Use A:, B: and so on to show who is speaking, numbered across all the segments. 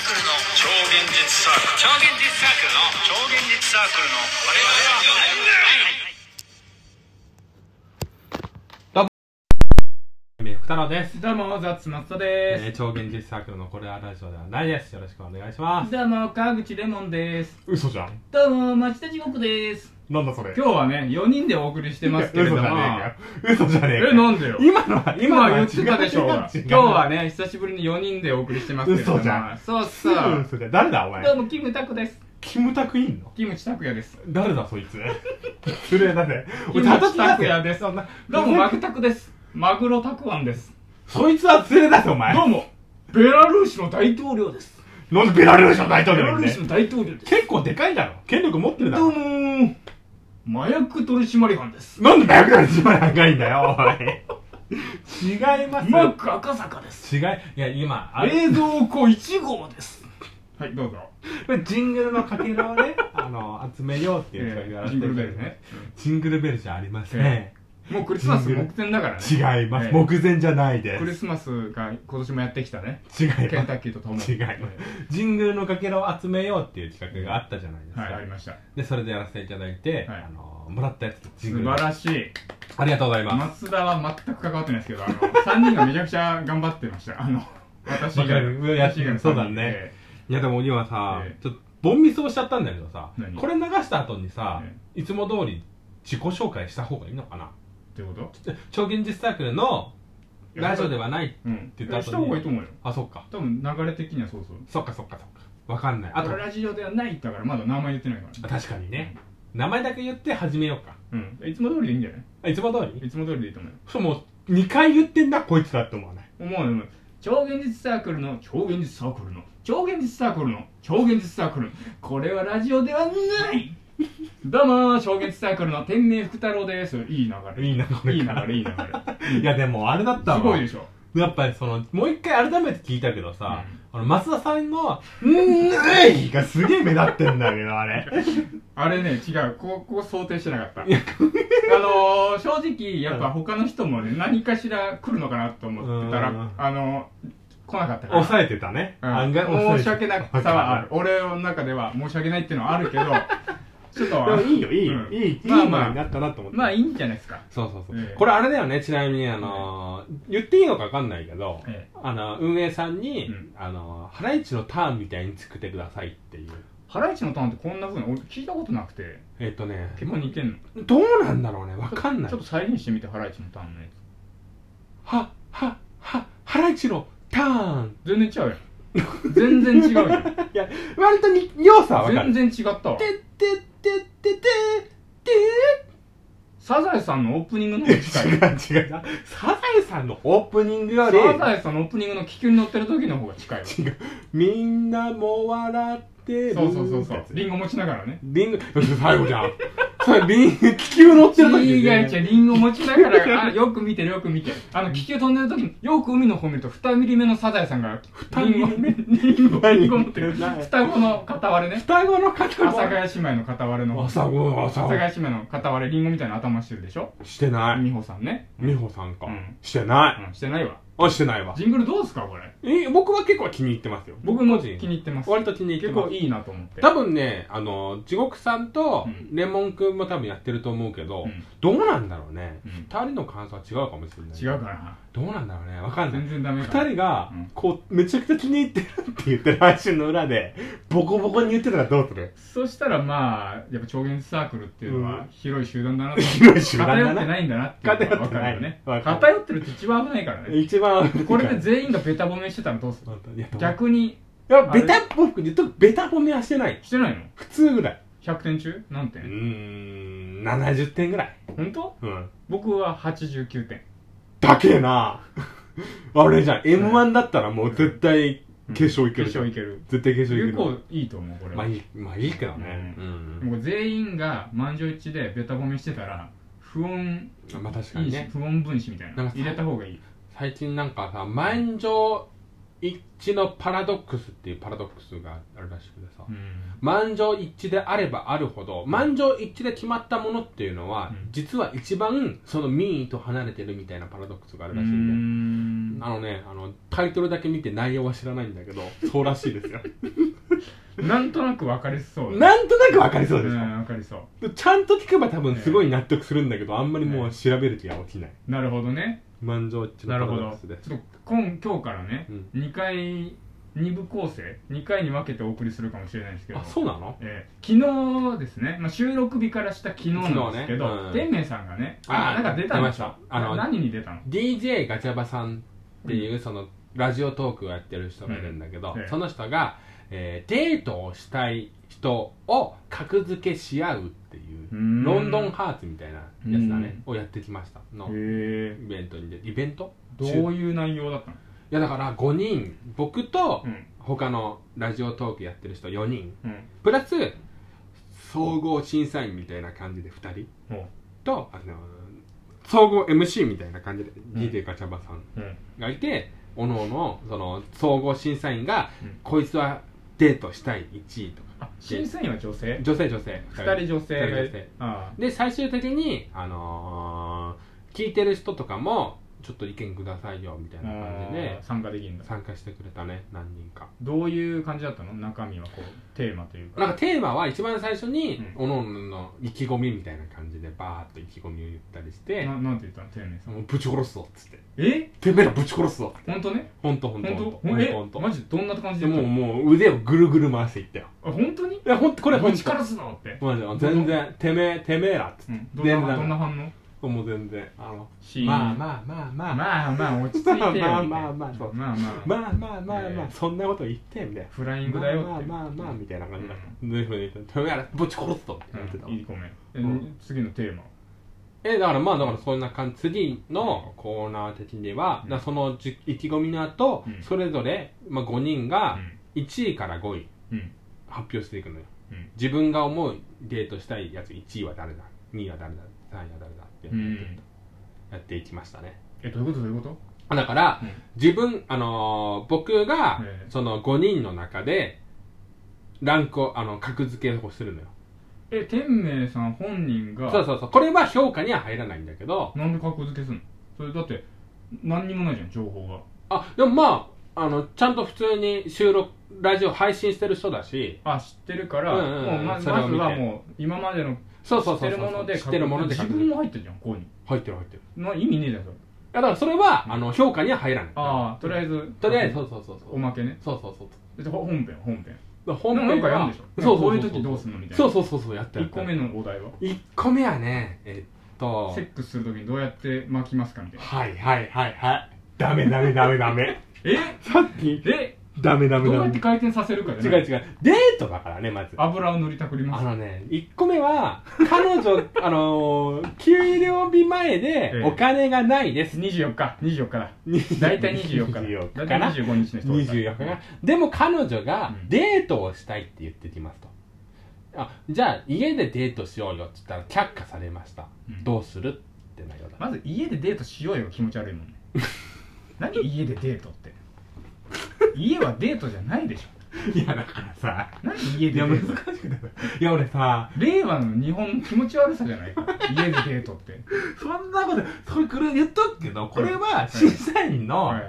A: 超現実サークル
B: 超現実サークルの
A: 超現実サークルの我々
C: ふたのです、
D: どうも、ザッツ松田で
C: え
D: す。
C: ー超現実サークルのこれはラジオではないですよろしくお願いします
D: どうも、川口レモンです。
C: 嘘じゃん
D: どうも、町田地獄です。
C: なんだそれ
D: 今日はね、4人でお送りしてますけれど
C: 嘘じ。
D: も
C: ゃねえかよ嘘じゃねえかよ
D: え、なんでよ
C: 今のは
D: 今
C: のは
D: 言ってたでしょ、ほら
C: 違う違
D: 今
C: う
D: 日はね、久しぶりに4人でお送りしてますけれども。
C: 嘘じゃん
D: そう
C: す
D: そ
C: ぐ
D: う。
C: 嘘じゃん誰だお
D: どう
C: 前
D: も、キムタクです。
C: キムタクいんの
D: キムチタクヤです。
C: 誰だそいつ失礼だね
D: キムチタクヤです。
C: そんな
D: どうも、マグタクです。マグロタクワンです。
C: そいつは連れだぞお前
D: どうも、ベラルーシの大統領です。
C: なんでベラルーシの大統
D: ベ
C: 領
D: ラ
C: なん
D: ルーシ
C: で
D: の大統領です。
C: 結構でかいだろ権力持ってるだ
D: どう
C: ろ
D: もー、麻薬取締班です。
C: なんで早くから一番長いんだよおい違います
D: マック赤坂です。
C: 違いいや今あれ
D: 冷蔵庫1号ですはいどうぞ
C: これジングルのかけらをねあの集めようっていう企画やらせてるんだけどジングルベルじゃありません、
D: えもうクリスマス目前だからね
C: 違います、
D: ええ
C: 目前じゃないで
D: クリスマスが今年もやってきたね
C: す違います
D: ケンタッキーとともに
C: 違いますジングルのかけらを集めようっていう企画があったじゃないですか、
D: はいありました
C: でそれでやらせていただいて、
D: はい
C: あのもらったやつとジング
D: 素
C: ル
D: 晴らしい
C: ありがとうございます
D: 松田は全く関わってないですけどあの3人がめちゃくちゃ頑張ってましたあの私以
C: わか
D: 外
C: るうん
D: 私以外の三人
C: そうだね
D: え
C: いやでも今さ、
D: ええ
C: ちょっとボンミスをしちゃったんだけどさ
D: 何
C: これ流した後にさ、
D: え
C: いつも通り自己紹介した方がいいのかな
D: えってこと
C: 超現実サークルのラジオではない
D: うん
C: て言った後に
D: した方がいいと思うよ
C: あそっか
D: 多分流れ的にはそうそう
C: そっかそっかそっかわかんないあ
D: あ
C: と
D: とラジオではないだからまだ名前言ってないからね
C: 確かにね名前だけ言って始めようか
D: うんいつも通りでいいんじゃない
C: あいつも通り
D: いつも通りでいいと思うよ
C: そうもう2回言ってんだこいつだって思わない
D: 思うよ超現実サークルの超現実サークルの超現実サークルの超現実サークルこれはラジオではないどうも超現実サークルの天明福太郎ですいい流れ
C: いいなこれ
D: いい流
C: から
D: れいい流れ
C: いやでもあれだったわ
D: すごいでしょ
C: やっぱりそのもう一回改めて聞いたけどさ、あの増田さんの「んーい!」がすげえ目立ってんだけどあれ
D: あれね違うここ想定してなかったあのー、正直やっぱ他の人もね何かしら来るのかなと思ってた
C: うん
D: らあの来なかったか ら
C: 抑えてたね、
D: うん
C: 案外抑えてた
D: 申し訳なさは ある俺の中では申し訳ないっていうのはあるけどちょっと
C: でもいいよいいよ、
D: うん
C: いいいい
D: まあ
C: も
D: まあ
C: のになったなと思って、
D: まあいいんじゃないですか
C: そうそうそう、
D: ええ
C: これあれだよねちなみにあのー言っていいのかわかんないけど、
D: え
C: あの運営さんに、
D: うん
C: あのハライチのターンみたいに作ってくださいっていう
D: ハライチのターンってこんなふうに俺聞いたことなくて
C: えっ、とね
D: 結構似てんの
C: どうなんだろうねわかんない
D: ちょっと再現してみてハライチのターンのや
C: はははハライチのターン
D: つ全然違うよ 全然違うよ
C: いや割とに要素はわか
D: 全
C: る
D: 然違ったわ
C: てってってってって
D: サザエさんのオープニングの方が近い
C: 違う違うサザエさんのオープニングより
D: サザエさんのオープニングの気球に乗ってる時の方が近いわそ
C: 違うみんなも笑ってる
D: うそうそうそうリン
C: ゴ
D: ゴ持ちながらね
C: リンゴ最後じゃんそれリン気球乗ってる時
D: 違う違うリンゴ持ちながらあよく見てるよく見てるあの気球飛んでる時によく海の方見ると2ミリ目のサザエさんが
C: ミリ目
D: リンゴリンゴ持ってる
C: 何
D: 双子の片割れね
C: 双子の方
D: 阿佐ヶ谷姉妹の片割れの方
C: 朝ご
D: 阿
C: 朝
D: 佐ヶ谷姉妹の片割れリンゴみたいな頭してるでしょ
C: してない
D: 美穂さんね、
C: 美穂さんか、
D: うん
C: してな
D: うん、してないわ
C: いあしてないわ
D: ジングルどうですかこれ
C: え僕は結構気に入ってますよ
D: 僕も気に入ってます
C: 割と気に入って
D: 結
C: ま
D: 構
C: す
D: いいなと思って
C: 多分ねあの地獄さんと
D: うん
C: レモンくんも多分やってると思うけど、
D: うん
C: どうなんだろうね
D: うん
C: 2人の感想は違うかもしれない
D: 違うか
C: どうなんだろうねわか
D: なん
C: ない
D: 全然ダメか
C: 2人が
D: うん
C: こうめちゃくちゃ気に入ってるって言ってる配信の裏でボコボコに言ってたらどうする
D: そしたらまあやっぱ超現実サークルっていうの
C: う
D: は
C: ん
D: 広い集団だなと
C: 広い集団だな
D: 偏ってないんだなっていうのが分かるよね
C: 偏ってないわかる
D: 偏ってるって一番危ないからね
C: 一番
D: これで全員がベタ褒めしてたらどうする
C: いや
D: 逆に
C: いやベタ僕言っとくベタ褒めはしてない
D: してないの
C: 普通ぐらい
D: 100点中何
C: うー
D: 点
C: ん70点ぐらい
D: 本当
C: うん
D: 僕は89点
C: だけえな あれじゃん m 1だったらもう絶対決勝いける
D: 決
C: じゃん、
D: 勝いける
C: 絶対決勝い
D: 結
C: ける
D: 構いいと思うこれは
C: まあいいまあいいけどねうん、
D: もう全員が満場一致でベタ褒めしてたら不穏
C: まあ確か
D: い
C: に
D: いし
C: ね
D: 不穏分子みたいな
C: なんかさ
D: 入れた方がいい
C: 最近なんかさ満場一致のパラドックスっていうパラドックスがあるらしくてさ、
D: うん
C: 満場一致であればあるほど満場一致で決まったものっていうのは、
D: うん
C: 実は一番その民意と離れてるみたいなパラドックスがあ
D: う
C: る
D: ー
C: らしいんだよ
D: ん
C: あのねあのタイトルだけ見て内容は知らないんだけどそうらしいですよ
D: なんとなく分かりそうだ
C: なんとなくわかりそうでし
D: う
C: ょ
D: ん、分かりそう
C: ちゃんと聞けば多分すごい納得するんだけど、あんまりもう調べる気が起きない。
D: なるほどね
C: 満場一致
D: なる
C: の
D: ほ
C: パラドッ
D: ど
C: クスです。
D: ちょっと今今日からね、
C: うん
D: 2回2部構成2回に分けてお送りするかもしれないですけど
C: あ、そうなの
D: えー昨日ですね、まあ、収録日からした昨日なんですけど、
C: 昨日ねうん
D: 天明さんがね
C: あ
D: なんか出たん
C: 出ま
D: でしょ
C: したあの
D: な何に出たの
C: DJ ガチャバさんっていうそのラジオトークをやってる人がいるんだけど、
D: うんええ
C: その人が、えーデートをしたい人を格付けし合うっていう
D: うん
C: ロンドンハーツみたいなやつだねをやってきましたの
D: へえ
C: イベントにでイベント
D: どう
C: い
D: いう内容だったの
C: やだから5人僕と
D: うん
C: 他のラジオトークやってる人4人
D: うん
C: プラス総合審査員みたいな感じで2人
D: ほ
C: とあの総合 MC みたいな感じで DJ ガチャバさん
D: ううん
C: がいておのおのその総合審査員が、
D: うん
C: こいつはデートしたい1位とか
D: あ審査員は女性
C: 女性女性
D: 2人女性が
C: 二人女性
D: あ
C: で最終的に、あのー聞いてる人とかもちょっと意見くださいよみたい
D: あ
C: な感じで
D: あー参加できるんだ
C: 参加してくれたね何人か
D: どういう感じだったの中身はこうテーマというか
C: なんかテーマは一番最初に、
D: う
C: おのおのの意気込みみたいな感じでバーっと意気込みを言ったりして
D: ななんて言ったの天明
C: 「
D: さん
C: もうぶち殺すぞ」っつって
D: え
C: 「てめえらぶち殺すぞ」って
D: 本当ね
C: ほんとほんとほん
D: 本
C: と
D: 当
C: ほん
D: え
C: とほんと
D: マジどんな感じ
C: で
D: で言
C: もう
D: ったの
C: もう腕をぐるぐる回していったよ
D: あ本当に
C: いや本当これ
D: ぶ
C: 本
D: ち
C: 当か
D: かららすのって
C: マジで全然てめえてめえらっつ
D: う
C: っ
D: んどんな
C: 全然
D: どんな反応
C: てもう全然あの
D: シーン
C: まあまあまあまあまあ
D: まあまあ落ち着いてよみたいな
C: まあまあまあそう
D: まあまあ
C: まあまあまあま
D: え
C: あ
D: え
C: そんなこと言ってみたいな
D: フライングだよって
C: まあまあまあまあみたいな感じだったでそういうふうにてめえらぶち殺すとって言ってた
D: うんいいごめんえ
C: うん
D: 次のテーマ
C: えだからまあだからそんな感じ次のコーナー的には
D: うん
C: だからそのじ意気込みの後
D: うん
C: それぞれまあ5人
D: う
C: が
D: ん
C: 1位から5位
D: うん
C: 発表していくのよ
D: うん
C: 自分が思うデートしたいやつ1位は誰だ2位は誰だ3位は誰だって
D: うん
C: やっていきましたね
D: えどういうことどういうこと
C: だから、
D: うん
C: 自分、あのー僕が、
D: ええ
C: その5人の中で、ランクを、あの、格付けをするのよ。
D: え天明さん本人が
C: そうそうそう。これは評価には入らないんだけど、
D: なんで格付けすんのそれだって何にもないじゃん情報が
C: あ、でもまあ、あの、ちゃんと普通に収録、ラジオ配信してる人だし、
D: あ知ってるから、
C: うんうんうん
D: もうままず
C: それを見て
D: はもう今までの
C: そう
D: 知
C: そう
D: っ
C: そ
D: て
C: うそう
D: るもので
C: 知ってるもので
D: 自
C: 格
D: 分
C: 付け。
D: も入ってるじゃんここに
C: 入ってる入ってる。
D: な意味ねえじゃんそれ
C: いやだからそれは、あの、評価には入らない。
D: ああとりあえず
C: とりあえず、そうそうそうそ
D: お
C: う。
D: まけね
C: そうそうそう。
D: でほ本編本編
C: だから本
D: なん
C: 編
D: か
C: は
D: やるんでしょ
C: そうそう
D: こういう
C: そう
D: 時どうすんのみたいな
C: そうそうそうそうやってる
D: 1個目のお題は
C: 1個目はねえっと
D: セックスするときにどうやって巻きますかみたいな
C: はいはいはいはいダメダメダメダ メ
D: え
C: さっき
D: え
C: ダメダ
D: どうやって回転させるか
C: 違
D: じ
C: う
D: ゃない
C: 違うデートだからねまず
D: 油を塗りたくりま
C: あ
D: す
C: のね1個目は彼 女あのー給料日前で
D: ええ
C: お金がないです
D: 24日24日だ
C: 20
D: 大体24
C: 24
D: 日だ
C: 日か
D: 大体
C: な
D: 25日の人
C: 24日がでも彼女が
D: うん
C: デートをしたいって言ってきますとあじゃあ家でデートしようよって言ったら却下されました、
D: うん
C: どうするって内容だ
D: まず家でデートしようよ気持ち悪い もんね何家でデートって家はデートじゃないでしょ
C: いやだからさ
D: 何家
C: い
D: でデ
C: や難
D: ー
C: しく
D: ト
C: ないいや俺さ
D: 令和の日本の気持ち悪さじゃないか家でデートって
C: そんなことそれこれ言っとくけどこれは審査員の
D: はい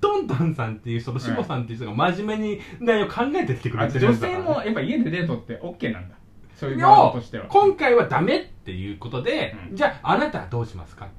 C: トントンさんっていう人とシボさんっていう人が真面目に内容考えてきてく
D: あ
C: れて
D: 女
C: るんだ
D: 性もやっぱ家でデートって OK なんだそういう場合としては
C: を今回はダメっていうことで、
D: うん
C: じゃああなたはどうしますかって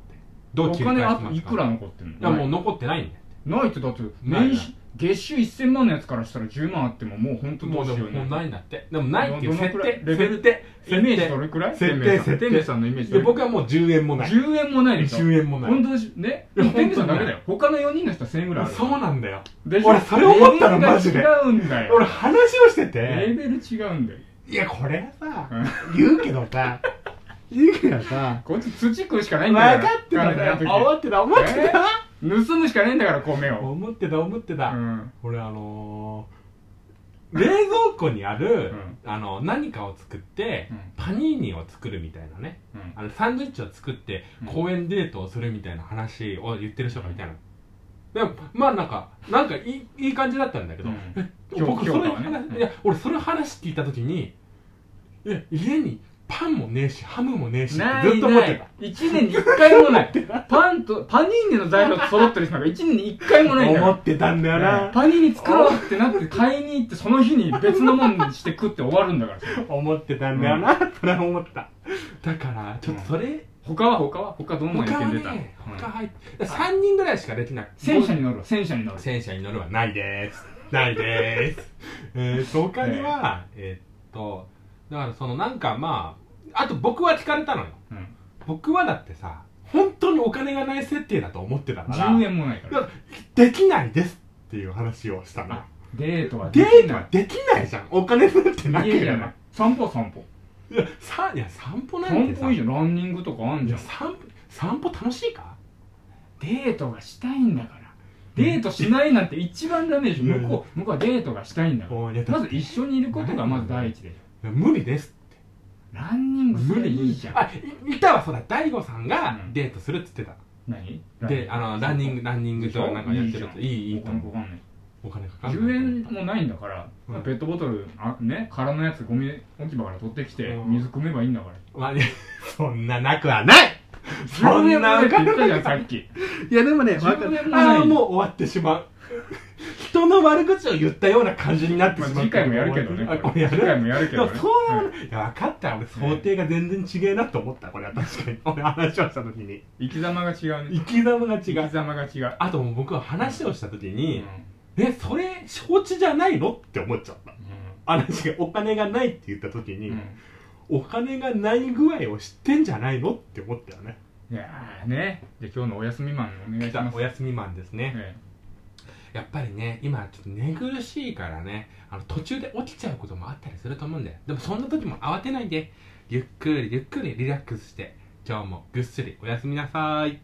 C: ど
D: お
C: う切り
D: 金
C: 返しま
D: あ
C: すか
D: といくら残ってん
C: いや
D: の
C: もう残ってないんだよ
D: ないってだって
C: ない
D: 年収月収1000万のやつからしたら10万あってももう本当ど
C: も
D: う
C: う
D: し
C: で
D: よ
C: も
D: う
C: もう
D: ね
C: ないんだってでもないっていう
D: どの
C: 設
D: くらい
C: 定
D: レベル
C: 設定
D: イメージ
C: 設定
D: どれくらい
C: 設定
D: 天明さん
C: 設定
D: 天明さんのイメージど
C: で
D: れく
C: 僕
D: らい
C: はもう10円もない
D: 10円もないでしょ
C: 10円もない
D: 本当にね
C: いや
D: 天明さ
C: 本当
D: んだ
C: に
D: けだよ他の4人の人は1000円ぐらいある
C: そうなんだよ
D: でしょ
C: 俺それ思ったのマジで
D: レベルが違うんだ
C: 俺
D: よ
C: 話をしてて、
D: レベル違うんだよ
C: いや、これさ
D: う、
C: 言うけど さ、言うけどさ、
D: こいつ土食うしかないん
C: 分
D: だ
C: か
D: よ
C: ってたんだよ。思ってた、思ってた。
D: 盗むしかないんだから米を
C: 思ってた、思って
D: う
C: た。
D: ん
C: 俺、あのー、冷蔵庫にある、あの、何かを作って、
D: うん
C: パニーニを作るみたいなね。
D: うん
C: あの、サンドイッチを作って
D: う、ん
C: 公園デートをするみたいな話を言ってる人がいたの。でも、まあなんか、なんかいい、いい感じだったんだけど、
D: うん
C: 僕
D: 評
C: そ
D: 価
C: れ
D: はね
C: 話いや俺それ話聞いた時にいや家にパンもねえしハムもねえしって
D: ない
C: ずっと思っ
D: な
C: て
D: い
C: た
D: 1年に1回もないパンとパニーニの材料と揃ってる人なんか1年に1回もないんだ
C: 思
D: よ
C: ってたんだよな、
D: パニーニ作ろうってなって買いに行ってその日に別のもんにして食って終わるんだからさ
C: 思ってたんだよな、それは思っただからちょっとそれ、
D: 他は他は他どんな意
C: 他は
D: 見出た、
C: ね
D: うん
C: 他入って3人ぐらいしかできない
D: 戦車に乗るわ戦車に乗る
C: 戦車に乗るはないですないです えーと他には、えーっとだからそのなんかまああと僕は聞かれたのよ
D: うん
C: 僕はだってさ本当にお金がない設定だと思ってたから
D: 10円もないか
C: いや
D: ら
C: できないですっていう話をしたな
D: デートは
C: デート
D: な
C: はできないじゃんお金なんてないけ
D: 家じ
C: れ
D: ゃ
C: ば
D: ない散歩散歩
C: いやさいや散歩なん
D: 散
C: てさ
D: 歩いいじゃんランニングとかあん
C: い
D: じゃ
C: や
D: ん
C: 散歩散歩楽しいか
D: デートがしたいんだからデートしないなんて一番ダメでしょ向こう向こうはデートがしたいんだから
C: おいやだ
D: まず一緒にいることがまず第一でしょ
C: 無理です
D: ランニングす
C: 無
D: れば
C: 理
D: いいじゃん
C: あいいたわそうだ大悟さんが
D: うん
C: デートするっつってた、
D: 何
C: であのランニングランニングとかなんかやってるといいいい
D: お
C: と
D: 金
C: 思う
D: かかんない
C: お金かかる
D: 10円もないんだから、
C: うん
D: ペットボトルあね空のやつゴミ置き場から取ってきて、
C: うん
D: 水汲めばいいんだから
C: まあね そんななくはないそんな
D: 10円もないって言ったじゃんさっき
C: いやでもね
D: 10円もない
C: ああもう終わってしまう 人の悪口を言ったような感じになってしまう、
D: まあ次回もやるけどね
C: あ
D: こ
C: これ
D: れ
C: やる
D: 次回もやるけどね
C: いやそうなの、いや分かった俺想定が全然違えなと思ったこれは確かに俺話をした時に
D: 生き様が違うね
C: 生き様が違
D: 生き
C: う
D: 様が違う、
C: あともう僕は話をした時
D: うん
C: に、えそれ承知じゃないのって思っちゃった話がお金がないって言った時
D: う
C: に、
D: んうん
C: お金がない具合を知ってんじゃないのって思ったよね
D: いやーねじゃあ今日のお休みマンお願いします
C: お休みマンですね、
D: え
C: やっぱりね今ちょっと寝苦しいからねあの途中で起きちゃうこともあったりすると思うんだよでもそんな時も慌てないでゆっくりゆっくりリラックスして今日もぐっすりおやすみなさい